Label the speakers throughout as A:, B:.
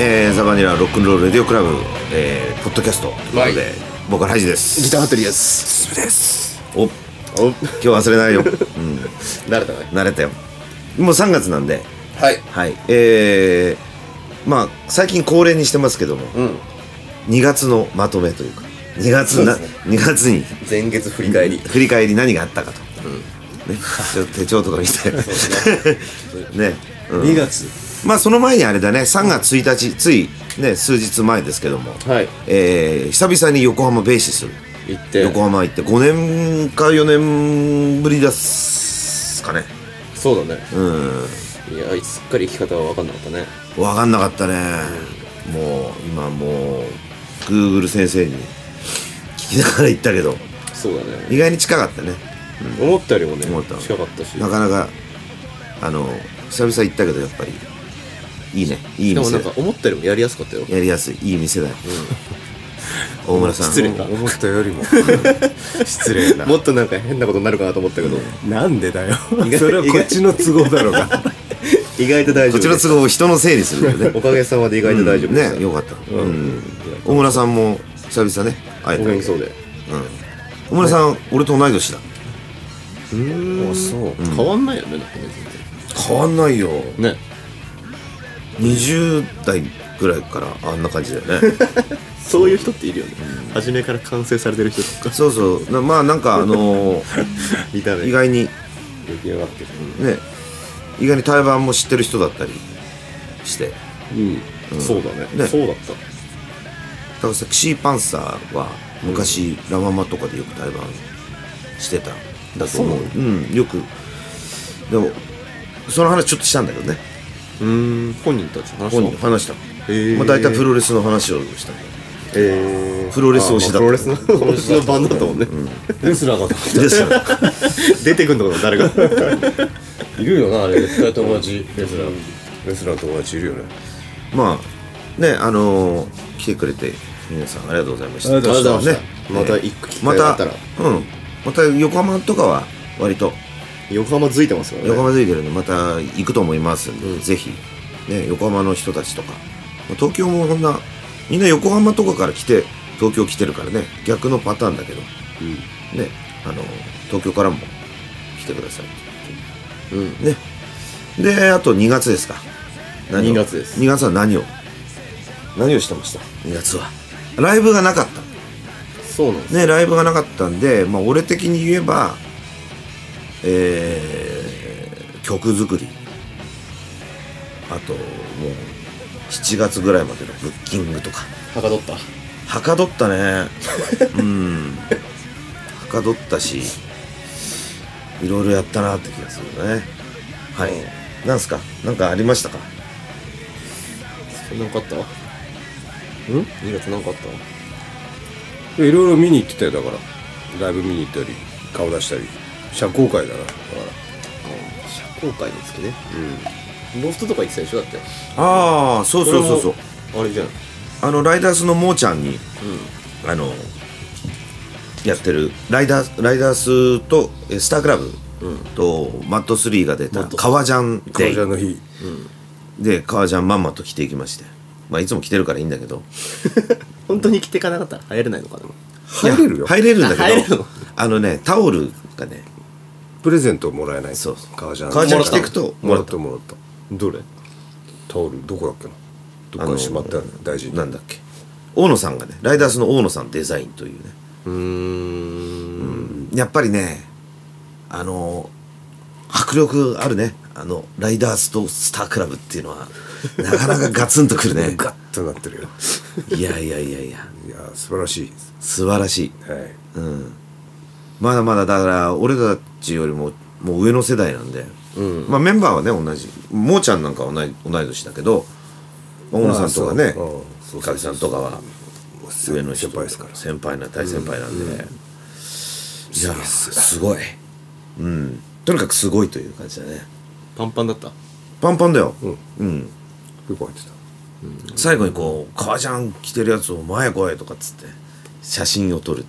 A: えーザ・バニラロックンロール・レディオクラブ、えーポッドキャストということで、
B: はい
A: 僕はハイジです
B: ギターハットリーです
A: ですお今
B: お
A: 日忘れない よ、うん、
B: 慣れたね
A: 慣れたよもう3月なんで
B: はい
A: はいえー、まあ最近恒例にしてますけども
B: うん
A: 2月のまとめというか2月な、
B: そうです
A: 2月に
B: 前月振り返り
A: 振り返り何があったかと、ね、ちょっと手帳とか 見て ね、うん
B: 2月
A: まあその前にあれだね3月1日ついね数日前ですけども、
B: はい
A: えー久々に横浜ベーシス
B: 行って
A: 横浜行って5年か4年ぶりですかね
B: そうだね
A: うん
B: いやすっかり生き方は分かんなかったね
A: 分かんなかったねもう今もうグーグル先生に聞きながら行ったけど
B: そうだね
A: 意外に近かったね
B: 思ったよりもね
A: 思った
B: 近かったし
A: なかなかあの久々行ったけどやっぱりいいねいい
B: でも
A: 店
B: なんか思ったよりもやりやすかったよ
A: やりやすいいい店だよ、大村さん
B: 失礼な
C: 思ったよりも失礼 な
B: もっとなんか変なことになるかなと思ったけど
C: なんでだよ
B: 意外
C: それはこっちの都合だろうが
B: 意外と大丈
A: こ
B: 夫
A: ちら都合を人のせいにする んだよね
B: おかげさまで意外と大丈夫で
A: ね
B: す
A: よかった、うん、大村さんも久々ね会え
B: お
A: た
B: 元
A: け
B: 気
A: ど
B: そうで
A: 大村さん、俺と同い年だ
B: うんそう変わんないよねなんかね
A: 変わんないよ
B: 全然ね
A: 20代ぐらいからあんな感じだよ ね
B: そういう人っているよね初めから完成されてる人とか
A: そうそうなまあなんかあのー
B: 見た目
A: 意外に
B: 出来上がってる
A: ね意外に台湾も知ってる人だったりして
B: うん、そうだね
A: ね
B: そうだっ
A: だ
B: た
A: からさシーパンサーは昔、ラ・ママとかでよく対バンしてたんだと思う
B: あ
A: うんよくでもその話ちょっとしたんだけどね
B: うん本人たちの話
A: 本人話した、
B: へえ
A: まあ、大体プロレスの話をしたんだよ
B: えー、
A: プロレス推しだ
B: あまあプロレスのプロレスの番だったもんね、
C: レスラーが
A: ですよ
B: 出てくんのかな 誰が
C: いるよなあれ絶対友達レスラーレスラーの友達いるよね
A: まあねあのー来てくれて皆さんありがとうございました
C: ありがとうございました
A: ね
B: また行く機
A: ま
B: 会があったたら、
A: うんまた横浜とかは割と
B: 横浜付いてますからね
A: 横浜付いてるんでまた行くと思いますんで、ぜひ、ね、横浜の人たちとかまあ東京もそんなみんな横浜とかから来て東京来てるからね逆のパターンだけど、ねあの東京からも来てください
B: うん
A: ねであと2月ですか何を
B: 2月です
A: 2月は何を何をしてました2月はライブがなかった
B: そうなんです、
A: ね、ライブがなかったんで、まあ、俺的に言えば、えー曲作りあともう7月ぐらいまでのブッキングとか
B: はかどった
A: はかどったね うんはかどったしいろいろやったなって気がするねはい、なんすかなんかありましたか
B: そんなんかあったん ?2 月なんかあった
C: いろいろ見に行ってたよだからライブ見に行ったり顔出したり社交界だなだか
B: 社交界の月ねうんロフトとか行ってたでしょだって
A: ああそうそうそうそう
B: あれじゃん
A: あのライダースのモーちゃんに、あのやってるライダーライダースとえスタークラブと、マット3が出た「革ジャン
C: ら
A: デ
C: 顔じゃ
A: イ
C: の日」
A: で革ジャンまんまと着ていきまして、まあ、いつも着てるからいいんだけど
B: 本当に着てかなかったら入れないのかな
C: 入れる
A: いや
C: よ
A: 入れるんだ
B: あ入れ
A: け
B: る
A: ど
B: の
A: あのねタオルがね
C: プレゼントもらえない
A: そう
C: 革ジャン
A: 革ジャン
C: もらった
A: 着てくと
C: もらったもらった
B: どれ
C: タオルどこだっけなどっかにしまったよね大事に
A: なんだっけ大野さんがねライダースの大野さんデザインというね
B: うーん
A: やっぱりねあの迫力あるねあのライダースとスタークラブっていうのはなかなかガツンとくる ね
C: ガッとなってるよ
A: いやいやいやいや
C: いやー素晴らしいです
A: 素晴らしい
C: はい
A: うんまだまだだから俺たちよりももう上の世代なんで、まあメンバーはね同じもーちゃんなんかは同い同い年だけどまあ大野さんとかね
C: まあそううん
A: おかみさんとかは上の人
C: 先輩ですから
A: 先輩な大先輩なんで、いやすごいうんとにかくすごいという感じだね
B: パンパンだった
A: パンパンだよ、
C: うん
A: うん、
C: よく入ってた
A: 最後にこう「革ジャン着てるやつを前へ来い」とかっつって写真を撮るっ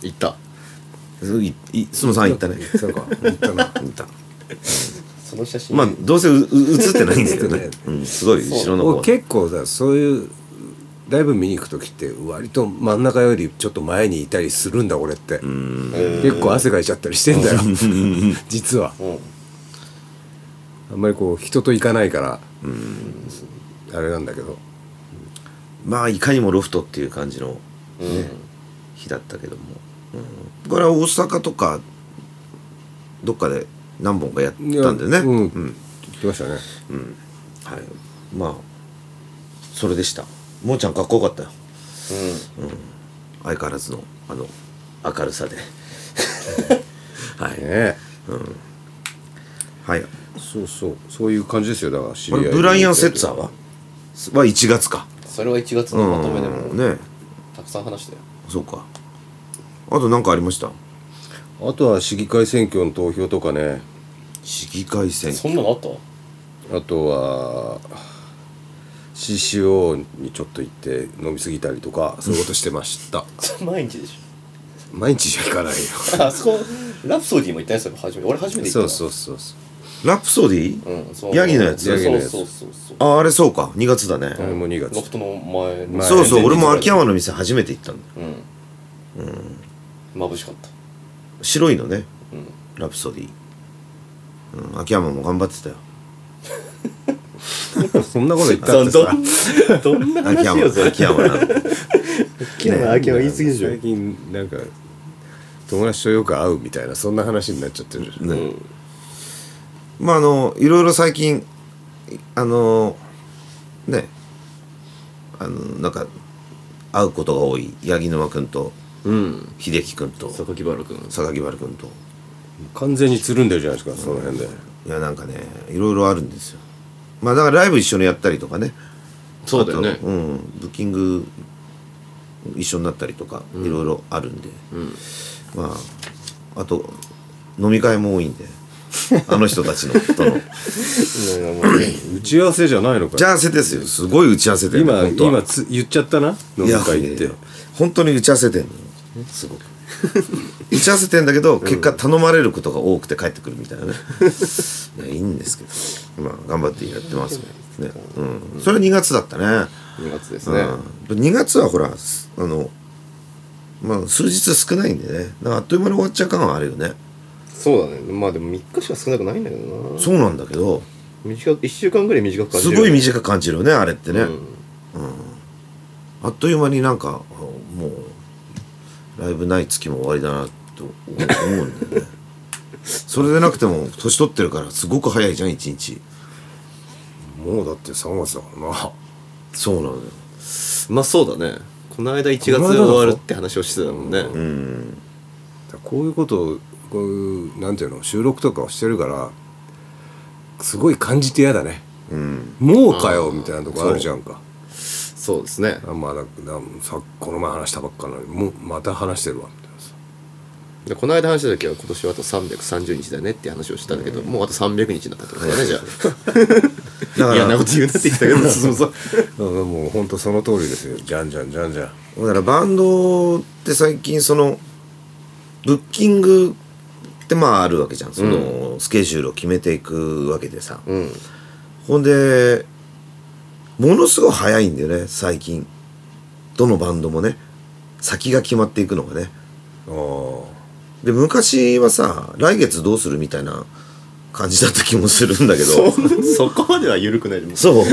A: ていう
B: 行った
A: いいすもさん行ったね
C: 行ったか行ったな
A: 行った
B: その写真
A: まあどうせうう 映ってないんだけど
C: 映
A: ね
C: って、
A: うん、すごい後ろの方
C: 俺結構さそういうライブ見に行く時って割と真ん中よりちょっと前にいたりするんだ俺って結構汗かいちゃったりしてんだよ 実は
B: うん
C: あんまりこう人と行かないからあれなんだけど
A: まあいかにもロフトっていう感じの日だったけども、うん、これは大阪とかどっかで何本かやったん
C: い
A: だ
C: や
A: よね
C: う
A: うんん、
C: 言ってましたね
A: はいまあそれでしたもーちゃんかっこよかったよ相変わらずのあの明るさ ではい、
C: ね
A: はい、
C: そうそうそういう感じですよだから知
A: これブライアン・セッツァーはは1月か
B: それは1月
A: う
B: のまとめでも
A: んね
B: たくさん話したよ
A: そうかあと何かありました
C: あとは市議会選挙の投票とかね
A: 市議会選
B: そんなのあった
C: あとは CCO にちょっと行って飲みすぎたりとかそういうことしてました
B: それ毎日でし
C: 毎日じゃ行かないよ
B: ょあそこラプソディも行ったやつだよ初めて俺初めて行った
C: そう
B: の
C: そうそうそ
A: ラプソディ、
B: うんそう
A: ヤギのやつ
B: そう
C: ヤギのやつ
B: そうそうそう
A: ああれそうか2月だね、
C: うあれも2月
B: ロフトの前の
C: 前
A: そうそう
C: 前日
A: 俺も秋山の店初めて行ったんだよ
B: うん眩しかった
A: 白いのね
B: うん
A: ラプソディ、うん、秋山も頑張ってたよ
C: うそんなこと言った
B: ど
C: っ
B: ん
C: てさ
B: どんな
A: 秋
B: 話
A: 山
B: よそれ
A: 秋山な
B: 秋山秋山言い過ぎでしょ
C: 最近なんか友達とよく会うみたいなそんな話になっちゃってる、
A: ね、まああのいろいろ最近いあのねあのなんか会うことが多い八木沼君と
B: うん
A: 秀樹君と
B: 榊原君
A: 榊原君と
C: 完全につるんでるじゃないですかその辺で、
A: いやなんかねいろいろあるんですよまあだからライブ一緒にやったりとかね
B: そうだよ
A: あ
B: ね
A: とうんブッキング一緒になったりとかいろいろあるんで、まああと飲み会も多いんであの人たちのと の
C: 打ち合わせじゃないのか
A: 打ち合わせですよすごい打ち合わせで
C: 今
A: 本当は
C: 今つ言っちゃったな飲み会っ
A: い
C: て
A: や本当に打ち合わせてんのよすごく打ち合わせてんだけど結果頼まれることが多くて帰ってくるみたいなねいやいいんですけどまあ頑張ってやってますねね、うん、それは2月だったね
B: 2月ですね
A: うん、2月はほらすあのまあ数日少ないんでねなんかあっという間に終わっちゃう感はあるよね
B: そうだねまあでも3日しか少なくないんだけどな
A: そうなんだけど
B: 短く1週間ぐらい短く感じ
A: す
B: る
A: ごい短く感じるよねあれってね、
B: うん
A: あっという間になんかあもうライブない月も終わりだなと思うんだよね それでなくても年取ってるからすごく早いじゃん一日
C: もうだって3月だからな
A: そうなのよ
B: まあそうだねこの間1月で
C: この間だぞ
B: 終わるって話をしてたもんね
A: うん
C: だからこういうことをこういうなんていうの収録とかをしてるからすごい感じて嫌だね
A: うん
C: もうかよみたいなとこあるじゃんか
B: そうですね
C: あまあだださこの前話したばっかなのにもうまた話してるわみたいなさ
B: でこの間話した時は今年はあと330日だよねって話をしたんだけど、もうあと300日になったって ことだねじゃ
A: だ
B: あ
A: か
B: 嫌な
A: ら
B: こと言うなって言ってたけどそうそう
C: だからもう本当その通りですよじゃんじゃんじゃんじゃん
A: だからバンドって最近そのブッキングってまああるわけじゃんその、スケジュールを決めていくわけでさ、
B: うん
A: ほんでものすごい早いんだよね最近どのバンドもね先が決まっていくのがね
C: あー
A: で昔はさ来月どうするみたいな感じだった気もするんだけど
B: そ こまでは緩くないでも
A: そう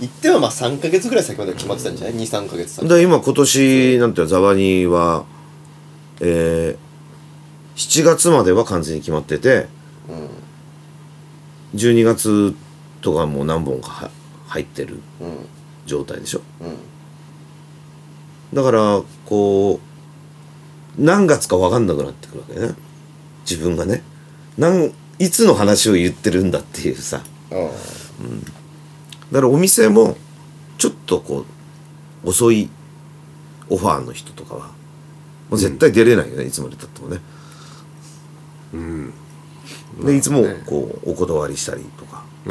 B: 言ってはまあ3か月ぐらい先まで決まってたんじゃない23か月先
A: で今今年なんていうのザワニーはえー、7月までは完全に決まってて12月とかもう何本かは入ってる
B: うんうん
A: 状態でしょ
B: うん
A: だからこう何月か分かんなくなってくるわけね自分がねなんいつの話を言ってるんだっていうさ
B: あ
A: だからお店もちょっとこう遅いオファーの人とかはもう絶対出れないよね、いつまでたってもねうんでいつもこうお断りしたりとか
C: あー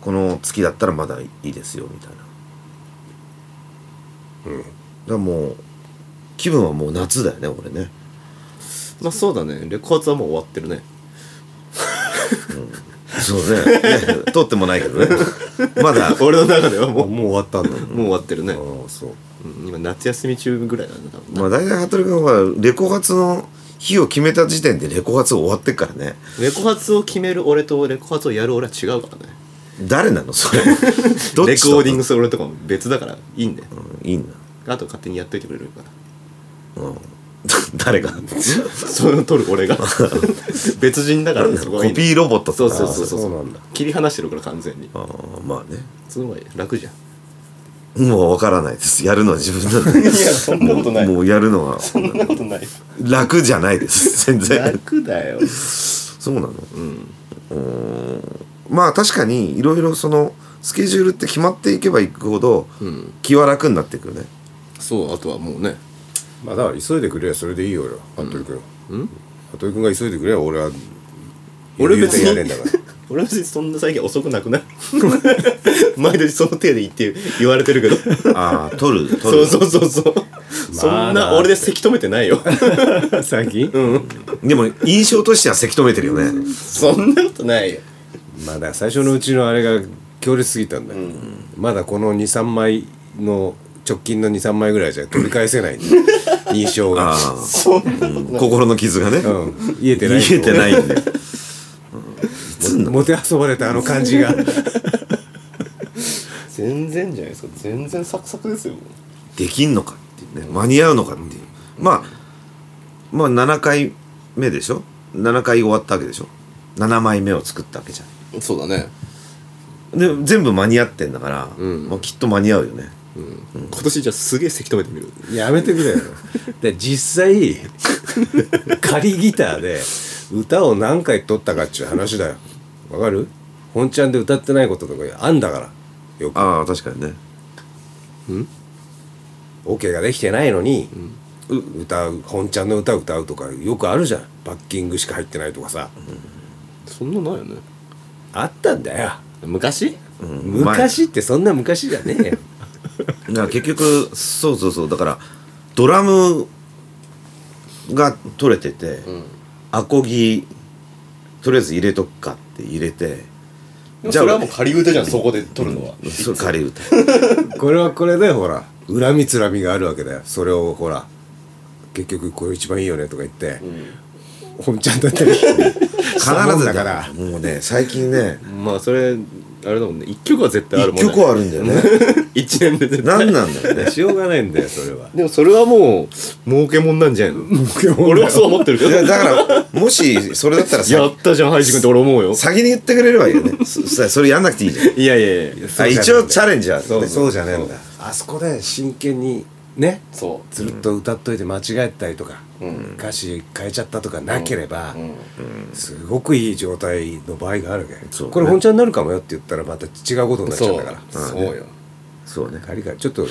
A: この月だったらまだいいですよみたいなうんだからもう気分はもう夏だよね俺ね
B: まあそうだねレコーツはもう終わってるね
A: うそう ねね通ってもないけどねまだ
B: 俺の中ではも
C: あ
B: うも
C: もう終わったんだ
B: う終わってるね、
C: ああそう
B: うん今夏休み中ぐらいなんだ多分な
A: まあ大体服部君はレコ発の日を決めた時点でレコ発終わってっからね
B: レコ発を決める俺とレコ発をやる俺は違うからね
A: 誰なの それ
B: レコ
A: どっちと
B: ーディングする俺とかも別だからいいんだよ、
A: うんいいんだ
B: あと勝手にやっといてくれるから
A: うん 誰が
B: それを取る俺 が別人だからそこ
A: コ
B: はいいんだよ
A: ピーロボットと
B: そう
A: か
B: そうそうそう
C: あそうなんだ
B: 切り離してるから完全に
A: あーまあね
B: その方が楽じゃん
A: もうわからないですやるのは自分なんで
B: いやそんなことない
A: もうもうやるのは
B: そんなことない
A: 楽じゃないです全然
B: 楽だよ
A: そうなのうんまあ確かにいろいろそのスケジュールって決まっていけばいくほど
B: ん
A: 気は楽になってくるね、
B: そうあとはもうね
C: まあだから急いでくれりゃそれでいいよ俺は服部君
B: うん
C: 服部君が急いでくれりゃ俺は
B: 俺
C: 余裕
B: 別
C: で
B: に
C: やれんだから
B: 俺別にそんな最近遅くなくない 毎年その手で言って言われてるけど
A: ああ取る取
B: そう
A: る
B: そうそうそう、そんな俺でせき止めてない よ
C: 最近
A: でも印象としてはせき止めてるよね
B: そんなことないよ
C: まあだから最初のうちのあれが強烈すぎたんだよ、まだこの23枚の直近の23枚ぐらいじゃ取り返 せない印象が、
A: あ
B: そん
A: あ
B: な
A: 心の傷がね、
C: うん、言えて
A: 言
C: ない
A: えてないんで
C: もてあそばれたあの感じが
B: 全然じゃないですか全然サクサクですよ
A: できんのかっていうね間に合うのかっていうまあまあ7回目でしょ7回終わったわけでしょ7枚目を作ったわけじゃん
B: そうだね、
A: で全部間に合ってんだから、まあ、きっと間に合うよね
B: 今年じゃあすげえせき止めてみる
C: やめてくれよで実際仮ギターで歌を何回取ったかっちゅう話だよわかる本ちゃんで歌ってないこととかあんだからよく
A: ああ確かにね
C: OK ができてないのに、う歌う本ちゃんの歌歌うとかよくあるじゃんバッキングしか入ってないとかさ、
B: そんなないよね
C: あったんだよ、
B: 昔
A: うん
C: 昔ってそんな昔じゃねえよ
A: だから結局そうそうそうだからドラムが取れてて、アコギとりあえず入れとくかって入れてじゃあ
B: 仮歌じゃんそこで撮るのは
A: それ仮 歌
C: これはこれでほら恨みつらみがあるわけだよそれをほら結局これ一番いいよねとか言って、本ちゃんだ ったり
A: 必
C: したもん
A: ず
C: だから
A: もうね最近ね
B: まあそれあれだもんね一曲は絶対ある
A: 一
B: もんね
A: 曲あるんだよね
B: 一年で絶対
A: 何なんだよね
C: しょうがないんだよそれは
B: でもそれはもう儲けもんなんじゃないの俺はそう思ってるけ
A: い
B: ど
A: やだからもしそれだったら
B: や
A: さ
B: ったじゃんハイジ君って俺思うよ
A: 先に言ってくれればいいよ ねそそそれやんなくていいじゃん
B: いやいやいや
A: あ一応チャレンジはね
C: そうそうじゃねえん
A: そう
C: だあそこで真剣にね
B: そ
C: ずっと歌っといて間違えたりとか、歌詞変えちゃったとかなければ、すごくいい状態の場合があるわけ、
A: そうね
C: これ本ちゃんになるかもよって言ったらまた違うことになっちゃうんだから
B: そうよ
A: そうね
C: 仮がちょっと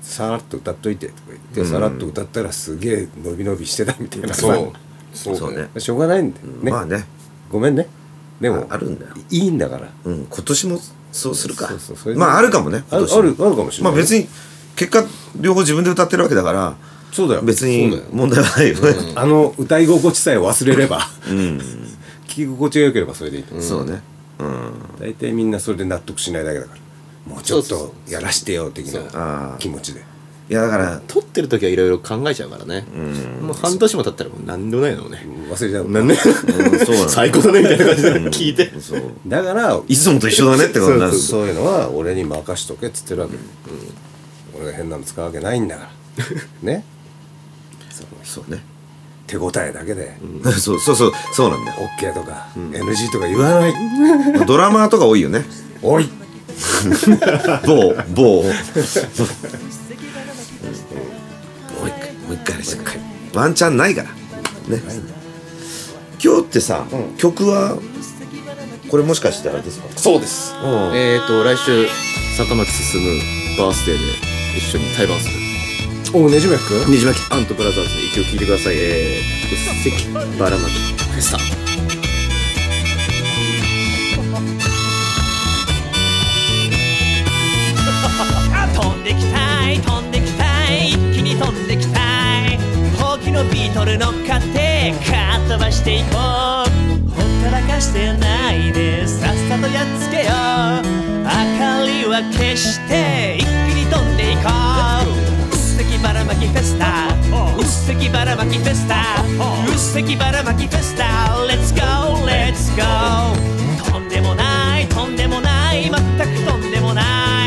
C: さらっと歌っといてとか言って、さらっと歌ったらすげえ伸び伸びしてたみたいなさ
B: そう
A: そうね
C: しょうがないんだよね、
A: まあね
C: ごめんねでも
A: ああるんだよ
C: いいんだから
A: うん今年もそうするか
C: そうそうそれで
A: まああるかもね
C: あ
A: 今
C: る
A: 年も
C: あるあるかもしれ
A: ま
C: ない、
A: あ別に結果両方自分で歌ってるわけだから
C: そうだよ
A: 別
B: そう
A: に
B: だよ
A: 問題はないよね
C: あの歌い心地さえ忘れれば
A: うん
C: 聞き心地が良ければそれでいいと、
A: そうねうん
C: 大体みんなそれで納得しないだけだからもうちょっ
B: そうそう
C: とやらしてよ的
B: そう
A: あ
C: な
A: ー
C: 気持ちで
A: いやだから
B: 撮ってる時はいろいろ考えちゃうからねもう半年も経ったらもう何でもないのね
C: 忘れちゃう
B: なんで
A: うんそうなの
B: 最高だねみたいな感じで聞いて
A: そう
C: だから
A: いつもと一緒だねってことになる
C: そういうのは俺に任しとけっつってるわけ、うん俺が変なの使うわけないん だからね
A: そうね
C: 手応えだけで、
A: そうそうそうそうなんだよ
C: OK とか、NG とか言わない
A: まあドラマーとか多いよね
C: おい
A: 某某もう
C: もう一回もう一回しっかり
A: ワンチャンないからね今日ってさ曲はこれもしかしてあれですか
B: そうです
A: うん
B: えーと来週坂巻進バースデーで一緒に対バンする
C: おねじめく
B: ねじまきアントブラザーズで一応聞いてくださいえーうっせきばらまきフェスタ
D: 飛んできたい飛んできたい一気に飛んできたいほうきのビートル乗っかってかっ飛ばしていこうほったらかしてないでさ決して一気に飛んでいこううっせきばらまきフェスタうっせきばらまきフェスタうっせきばらまきフェスタ Let's go Let's go とんでもないとんでもない全くとんでもな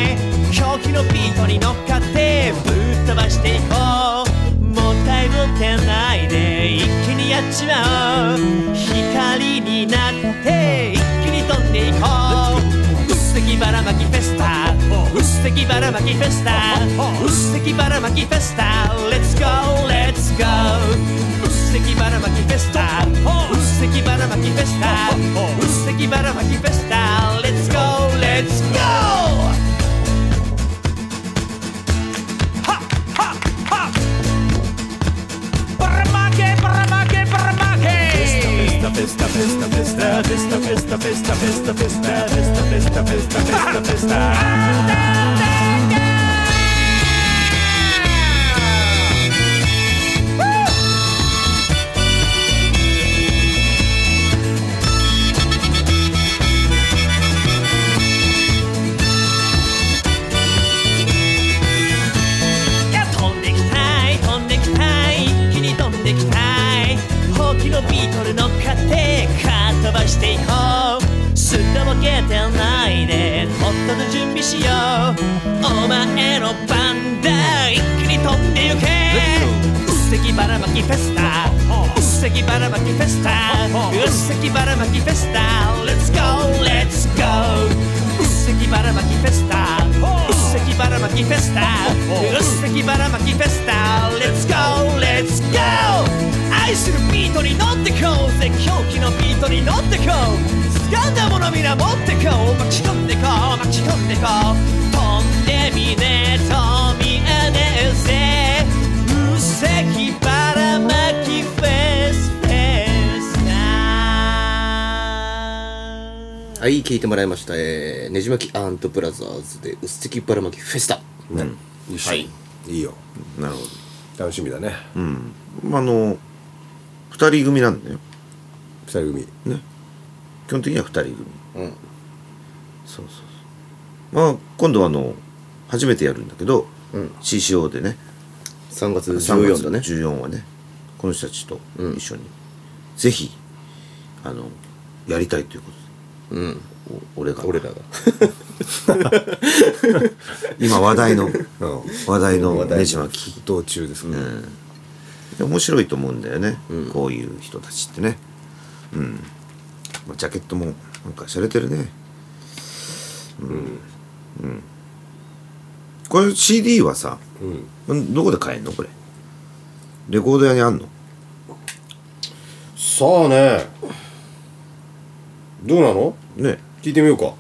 D: い狂気のビートに乗っかってぶっ飛ばしていこうもったいぶってないで一気にやっちまおう光になって一気に飛んでいこううっせきばらまきフェスタうっせきばらまきフェスタうっせきばらまきフェスタ Let's go Let's go うっせきばらまきフェスタうっせきばらまきフェスタうっせきばらまきフェスタ Let's go Let's go はっはっはっばらまけばらまけばらまけ
E: Festa, festa, festa, festa, festa, festa, festa, festa, festa, festa, festa, festa, festa.
D: 飛んできたい飛んできたい一気に飛んできたいほうきのビートル乗っかってかっ飛ばしていこうすっとぼけてないでとっとと準備しようお前の番だ一気に飛んでゆけうっせきばらまきフェスタうっせきばらまきフェスタうっせきばらまきフェスタ Let's go Let's go うっせきばらまきフェスタうっせきばらまきフェスタうっせきばらまきフェスタ Let's go Let's go 愛するビートに乗ってこうぜ狂気のビートに乗ってこう掴んだもの皆持ってこう巻き込んでこう巻き込んでこう飛んでみねと見えねえぜうっせきばらまきフェスフェスタ
B: はい、聞いてもらいました。えー、ねじまきアントブラザーズで、うっせきばらまきフェスタ。はい。
C: いいよ
A: なるほど
C: 楽しみだね
A: うんまああの二人組なんだよ
C: 二人組
A: ね基本的には二人組
B: うん。
A: そうそうそうまあ今度はあの初めてやるんだけど、
B: うん、
A: CCO でね
B: 3月
A: 3
B: 14
A: 月
B: だね。
A: 14はねこの人たちと一緒に、ぜひあのやりたいというこ
B: うん。
A: とでお俺が
B: 俺ら が。
A: 今話題 の
C: うん
A: 話題の
C: 話題の
A: ねじ巻き
C: 道中ですね、
A: で面白いと思うんだよね、こういう人たちってねうん、まあ、ジャケットもなんか洒落てるねうん、うん、これ CD はさ、んどこで買えんのこれレコード屋にあんの
C: さあねどうなの
A: ね
C: 聞いてみようか、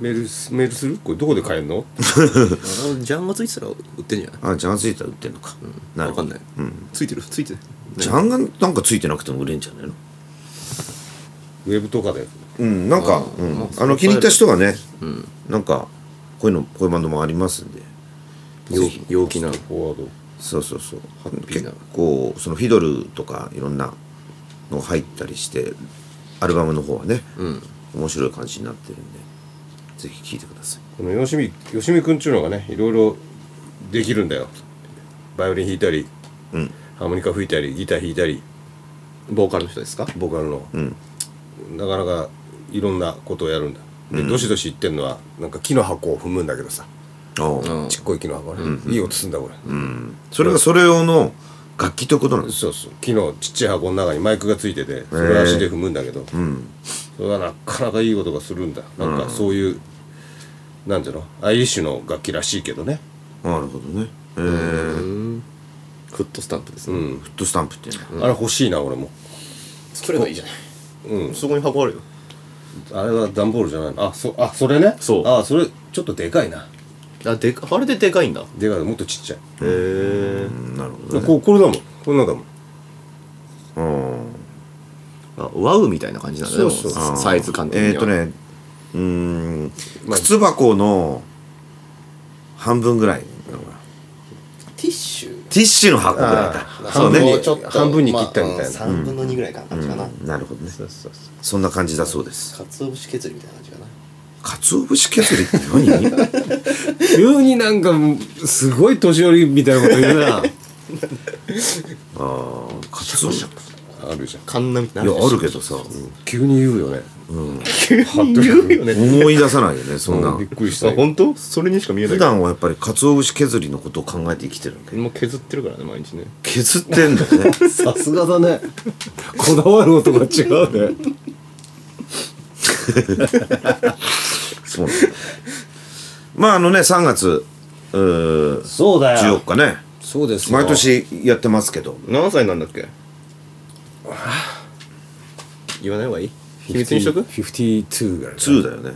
C: メールすメールするこれどこで買えるの
B: あジャンがついてたら売ってんじゃない
A: あジャンついたら売ってんのか、なる
B: わか
A: ほ
B: ん
A: ど
B: ない。ついてるついてる。
A: ジャンがなんかついてなくても売れんじゃないの
C: ウェブとかで
A: うんなんか
B: あ
A: あ,、
B: ー
A: うん
B: まあ
A: あの気に入った人がね、なんかこういうのこういうバンドもありますんで
B: 陽陽気な。
C: フォワード
A: そうそうそう
B: ピーな
A: 結構そのフィドルとかいろんなの入ったりしてアルバムの方はね、面白い感じになってるんでぜひ聴いてください
C: このよしみよしみくんっちゅうのがねいろいろできるんだよバイオリン弾いたり、
A: ん
C: ハーモニカ吹いたりギター弾いたり
B: ボーカルの人ですか
C: ボカルの、
A: ん
C: なかなかいろんなことをやるんだで、どしどし言ってんのはなんか木の箱を踏むんだけどさ
A: ああ、
B: うん
C: ちっこい木の箱ね、いい音すんだこれ、
A: それがそれ用の楽器ということなんです
C: そうそう木のちっちゃい箱の中にマイクがついててそれを足で踏むんだけど、
A: うん
C: それはなかなかいい音がするんだなんかそういう、なんていうのアイリッシュの楽器らしいけどね
A: なるほどねえー
B: フットスタンプですね。
A: フットスタンプっていうの
C: あれ欲しいな俺も
E: 作ればいいじゃない。
C: うん
E: そこに箱あるよ。
C: あれは段ボールじゃないのあそあそれね
E: そう
C: あそれちょっとでかいな
E: あ、でか、あれででかいんだ。へ
C: でかいもっとちっちゃい、
E: え。
A: うんなるほどね
C: ここれだもんこんなんだもん
A: うん
E: あ、ワウみたいな感じなんだね。
C: そうそう
E: でもサイズ感的には。
A: えっ、ー、と。ねうーん
C: まあ
A: 靴箱の半分ぐらいなのかな
E: ティッシュ。
A: ティッシュの箱ぐらいだ
C: 半分
A: そう
C: に
A: ね
C: ちょっと半分に切ったみたいな
E: 三分の二ぐらいかな感じかな。
A: なるほどね
E: そうそうそう。
A: そんな感じだそうです
E: 鰹節削りみたいな感じかな。
A: 鰹節削りって何
C: 急になんかすごい年寄りみたいなこと言う な
A: ああ鰹節
C: あるじゃん
B: カンナみた
A: いやあるけどさ、
C: 急に言うよね
B: 言うよね
A: 思い出さないよねそんな
C: びっくりし
B: あ
C: たよ
B: 本当それにしか見えない
A: 普段はやっぱり鰹節削りのことを考えて生きてるんだけど
B: もう削ってるからね毎日ね
A: 削ってんだよね
C: さすがだねこだわることが違うね
A: そうなんだよまああのね3月うー
C: そうだ
A: 14日ね
C: そうですよ
A: 毎年やってますけど
B: 何歳なんだっけ言わない方がいい秘密にしとく
C: 52ぐらい
A: 2だよね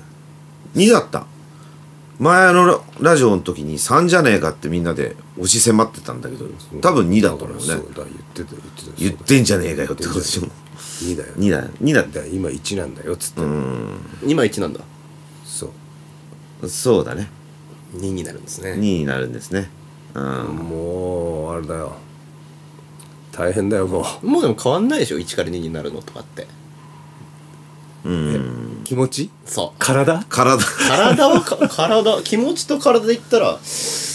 A: 2だった前あのララジオの時に3じゃねえかってみんなで押し迫ってたんだけど多分2だったのよ
C: そう
A: ね
C: だ言ってた言って
A: 言ってんじゃねえかよってことでしょ
C: た2だよ
A: 2だ2だっ
C: だから今1なんだよっつって
B: 今1なんだ
C: そう
A: てそうだね
B: 2になるんです
A: 2
B: ね
A: になるんですねうん
C: もうあれだよ大変だよも
B: もうでも変わんないでしょ1から2になるのとかって
C: う気持ち
B: そう
C: 体
A: 体
B: 体はか体気持ちと体で言ったら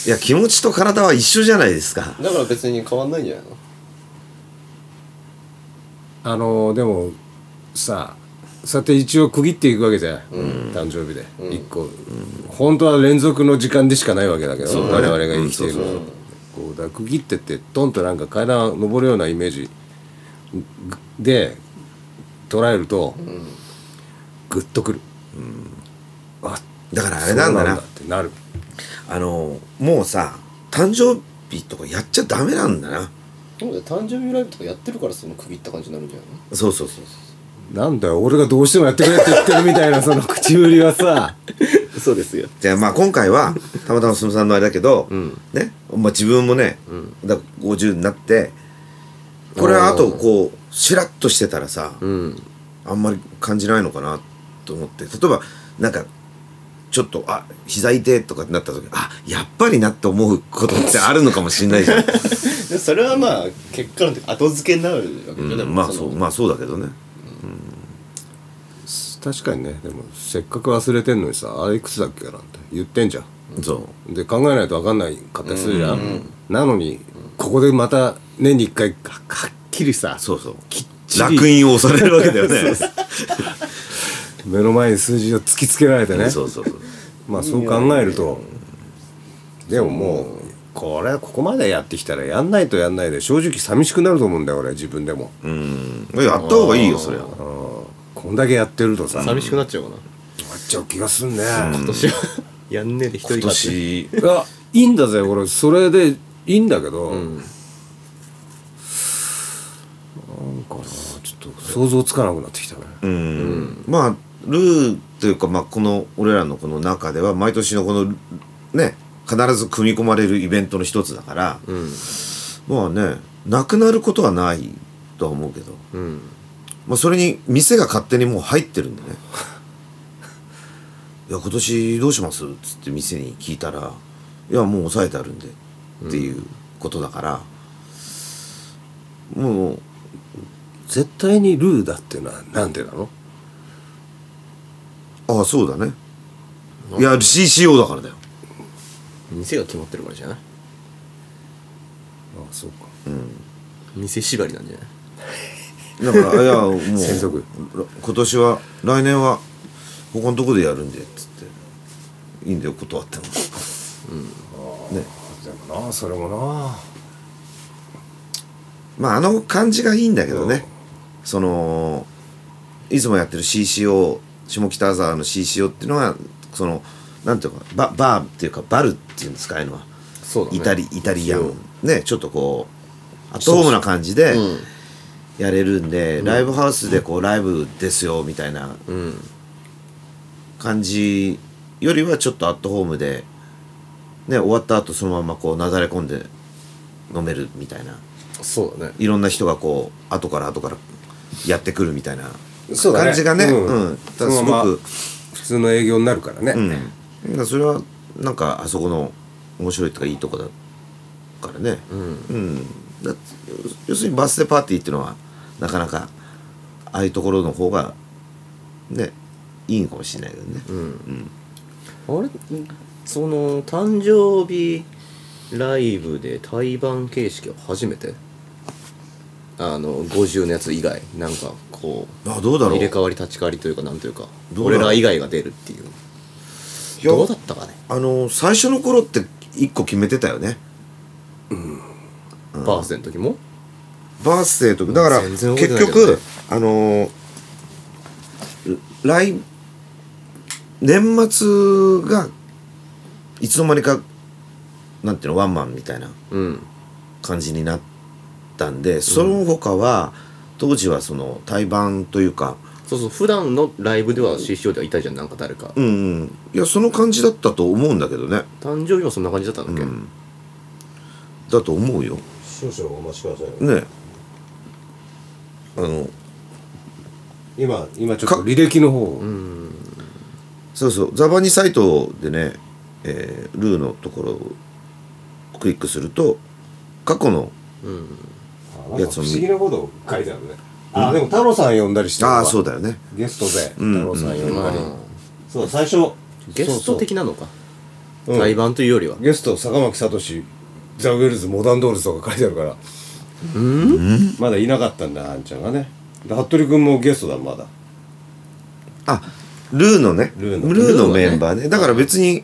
A: いや気持ちと体は一緒じゃないですか
B: だから別に変わんないんじゃないの
C: あのでもさそうやって一応区切っていくわけじゃない、誕生日で、一個、本当は連続の時間でしかないわけだけど、我々が生きているのは、こうだから区切ってってトンとなんか階段登るようなイメージで捉えると、グッとくる、あ
A: だからあれなんだな
C: そうってなる
A: あのもうさ誕生日とかやっちゃダメなんだな
B: でもね誕生日ライブとかやってるからその区切った感じになるんじゃないの
A: そうそうそう
C: なんだよ俺がどうしてもやってくれって言ってるみたいなその口ぶりはさ
B: そうですよ
A: じゃあまあ今回はたまたま進さんのあれだけど、ね、まあ、自分もね、だ50になってこれはあとこうしらっとしてたらさ、
B: うん
A: あんまり感じないのかなと思って例えばなんかちょっとあ膝痛いとかってなった時あやっぱりなって思うことってあるのかもしれないじゃん、
B: でそれはまあ結果の時後付けになるわけじゃない、
A: うんまあ
B: の
A: そうまあそうだけどね
C: 確かにねでもせっかく忘れてんのにさあれいくつだっけなんて言ってんじゃん
A: そう
C: で考えないと分かんないかったりするじゃん、なのにここでまた年に一回ははっきりさ
A: そうそう
C: きっちり
A: 楽印を押されるわけだよね
C: 目の前に数字を突きつけられてね
A: そうそうそう
C: まあそう考えるとでももうこれはここまでやってきたらやんないとやんないで正直寂しくなると思うんだよ俺自分でも、
A: うんやった方がいいよそりゃ
C: こんだけやってるとさ終わ
B: 寂しくなっちゃうかな、
C: っちゃう気がすんね
B: 今年は やんねえで一人
A: 今
B: 勝ち
A: 年
C: いやいいんだぜ俺それでいいんだけど、なんかなちょっと想像つかなくなってきたね
A: うんまあルーというか、まあ、この俺らのこの中では毎年のこのね必ず組み込まれるイベントの一つだから、まあねなくなることはないとは思うけど、まあ、それに店が勝手にもう入ってるんでね「いや今年どうします?」っつって店に聞いたら「いやもう抑えてあるんで」っていうことだから、もう
C: 絶対にルーだっていうのはなんでなの
A: ああそうだねいや CCO だからだよ
B: 店が決まってるからじゃない
C: ああそうか
B: 店縛りなんじゃない
A: だからいやもう
C: 専属
A: 今年は来年は他のとこでやるんでっつっていいんだよ断っても
C: でもなそれもな
A: まああの感じがいいんだけどねそのいつもやってる CCO 下北沢の CCO っていうのはそのなんていうのかババーっていうかバルっていうんですかああいうのは
B: そうだね
A: イタリイタリアンねちょっとこうアットホームな感じで
B: うん
A: やれるんで、ライブハウスでこうライブですよみたいな
B: うん
A: 感じよりはちょっとアットホームで、ね、終わった後そのままこうなだれ込んで飲めるみたいな
B: そうだね
A: いろんな人がこう後から後からやってくるみたいな
C: そうだね
A: 感じがね
C: うん
A: うんただす
C: そ
A: ご
C: の
A: く、
C: まま普通の営業になるからね、
A: うん、だからそれはなんかあそこの面白いとかいいとこだからね、うんだって要するにバースデーパーティーっていうのはなかなかああいうところの方がねいいんかもしれないけどね、
B: あれその誕生日ライブで対バン形式は初めてあの50のやつ以外なんかこう
A: あどうだろう
B: 入れ替わり立ち替わりというかなんというか
A: どうだろ
B: 俺
A: う
B: ら以外が出るっていう
A: いや
B: どうだったかね
A: あの最初の頃って一個決めてたよね
B: バースデーの時も
A: バースデーとだから
B: 全然覚えて
A: 結
B: ないけどね
A: 局あの来年末がいつの間にかなんていうのワンマンみたいな
B: うん
A: 感じになったんでその他は、当時はその対バンというか
B: そうそう普段のライブでは CCO ではいたじゃんなんか誰か、
A: うんうんいやその感じだったと思うんだけどね
B: 誕生日もそんな感じだったんだっけ、
A: だと思うよ
C: 少々お待ちくださいよ
A: ねあの
C: 今今ちょっと履歴の方を
A: そうそうザバニサイトでね、えールーのところをクリックすると過去の
C: あなんか不思議なこと書いてあるねあでも太郎さん呼んだりしてるわ
A: ああそうだよね
C: ゲストで太
A: ん
C: 郎さん呼んだり
B: うん
C: そう最初
B: ゲスト的なのか
C: そうそう
B: 対バンというよりは
C: ゲスト坂巻聡ザ・ウェルズモダンドールズとか書いてあるからうんまだいなかったんだあんちゃんがねで服部君もゲストだまだ
A: あルーのね
C: ル
A: ル
C: ー
A: ー
C: の
A: の
B: ルーのね
A: メンバーねだから別に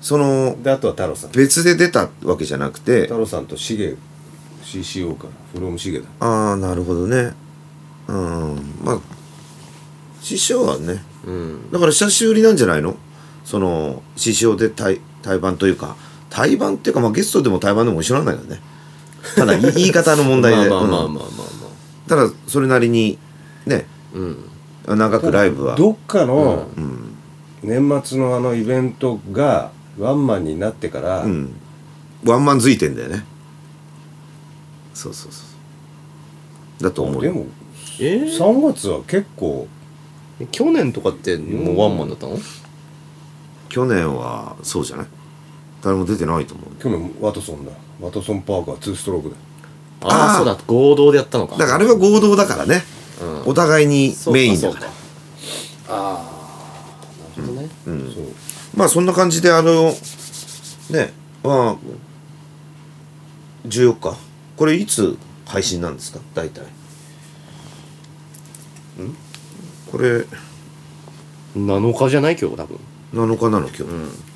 A: その
C: であとは太郎さん
A: 別で出たわけじゃなくて
C: 太郎さんとシゲ CCO からフロムシゲだ
A: ああなるほどねうんまあ師匠はね
B: うん
A: だから久しぶりなんじゃないのその師匠で対対バンというか対バンっていうか、まあ、ゲストでも対バンでも一緒なんだけどねただい言い方の問題で
B: まあまあまあまあ
A: うん
B: まあまあ
A: ただそれなりにね
B: うん
A: 長くライブは
C: どっかの年末のあのイベントがワンマンになってから、
A: うんワンマン付いてんだよねそうそうそうだと思う
C: で
A: よ
C: も
B: えー
C: 3月は結構
B: 去年とかってもうワンマンだったの、
A: 去年はそうじゃない誰も出てないと思う
C: 去年ワトソンだワトソンパークは2ストロークだ
B: ああ
A: あー
B: そうだ合同でやったのか
A: だからあれは合同だからね、
B: うん
A: お互いに
B: そうか
A: メインだから
B: そうああなるほどね、
C: そう
A: まあそんな感じであのねまあ14日これいつ配信なんですか大体んこれ
B: 7日じゃない今日多分
A: 7日なの今日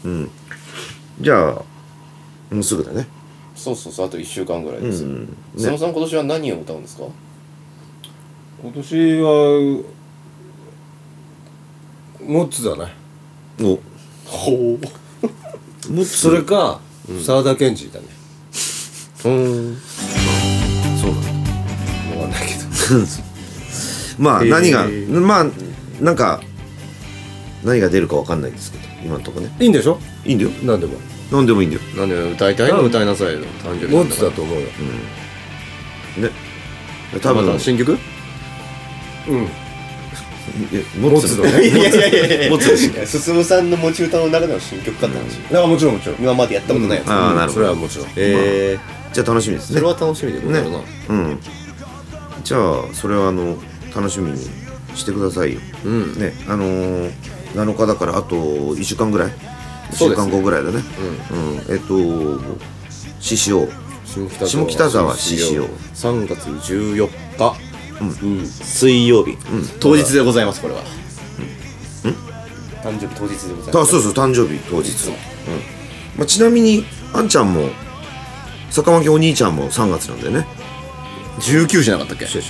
A: うん、じゃあもうすぐだね
B: そうそうそうあと1週間ぐらい
A: うん、
B: よ
A: ね
B: 佐野さん今年は何を歌うんですか
C: 今年はモッツだね
A: おも
B: ほ
A: っと
C: それか沢田研二だね
B: ううん
A: そうだ
C: 分かんないけど
A: まあ
B: へえ
A: 何が、まあなんか何が出るかわかんないんですけど今のとこね
C: いいんでしょ
A: いいんだよ
C: 何でも
A: 何でもいいんだよ
B: なんで歌いたいの歌いなさいよ誕生日
C: モッツだ
B: と
C: と思うよ
A: ね多分、
B: また新曲
C: うん
A: いやモッツだ
C: モッツ
A: ね
C: だね
B: いやいやいやいや
A: モッツだし
B: 進さんの持ち歌の中では新曲かって話
C: だからもちろんもちろん
B: 今までやったことないやつ
A: うんあーなるほど
C: それはもちろん
B: ええ
A: じゃあ楽しみです
B: そ
A: ね
B: れは楽しみでござるな
A: ねうんじゃあそれはあの楽しみにしてくださいよ、
B: うん
A: ねあのー、7日だからあと1週間ぐらい1
B: そう
A: 週
B: ですね
A: 間後ぐらいだねうん、えっと獅子王
B: 下北
A: 下北沢 CCO
B: 3月14日、うん水曜日、当日でございますこれは、誕生日当日でござい
A: あ
B: ます
A: そうそう誕生日当日、うんまあ、ちなみにあんちゃんも坂巻お兄ちゃんも3月なんだよね
B: 19じゃなかったっけ
C: 20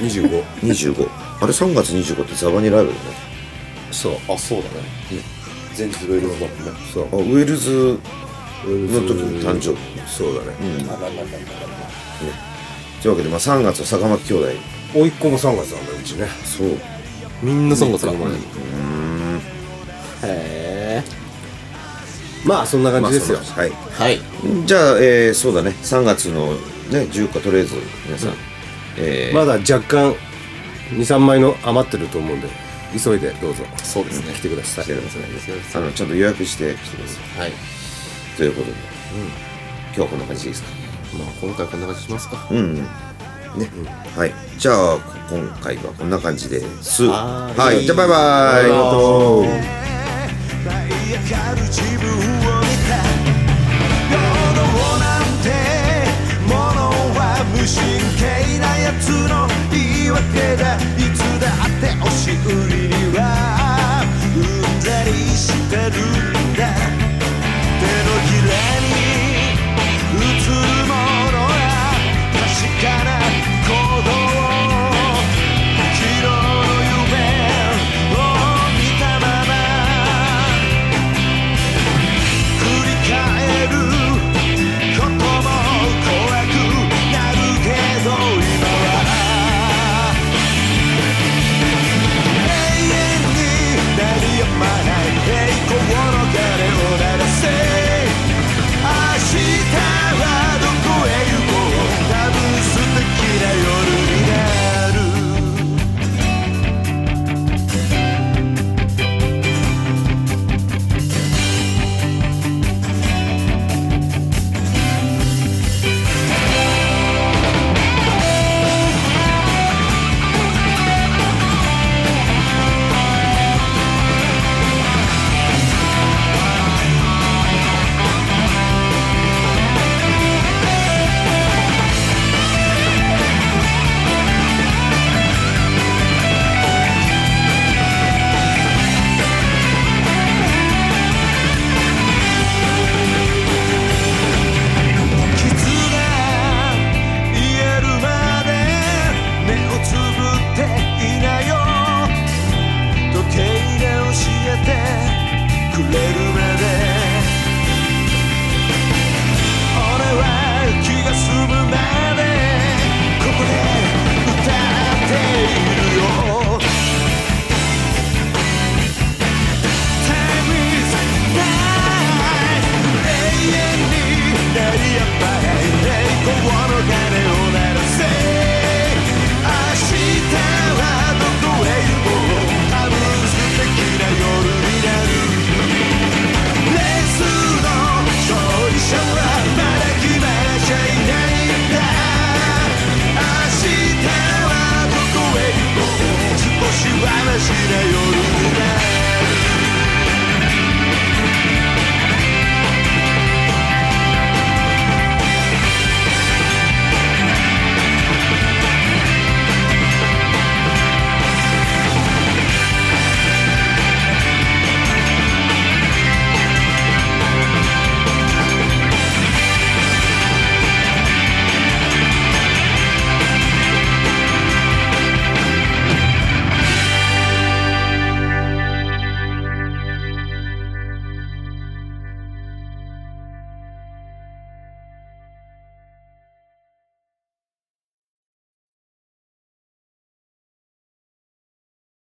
C: 25
A: 25あれ3月25ってザバニライブだよね
C: そう
B: あそうだね前日ウェルズだもんね
C: そう
A: あウェールズの時
C: に
A: に誕生日
C: そうだね
A: というわけで、まあ、3月は坂巻兄弟
C: 甥っ子も3月なんだようちね
A: そう
B: みんな3月だもんね
C: まあそんな感
A: まあ
C: じですよ
A: そんな感じはい
B: はい
A: じゃあ、えーそうだね3月の、ね、10日とりあえず皆さん、えー
C: まだ若干23枚の余ってると思うんで急いでどうぞ
B: そうですね
C: 来てください
A: 来てくださいあのちゃんと予約して来てくださ
B: はい
A: いということで、今日はこんな感じでいいですか
B: まあ今回こんな感じしますか
A: うん、うん、ね、はいじゃあこ今回はこんな感じです
B: は
A: はいいじゃあバイバイ
B: ありがとう
E: 明るい自分を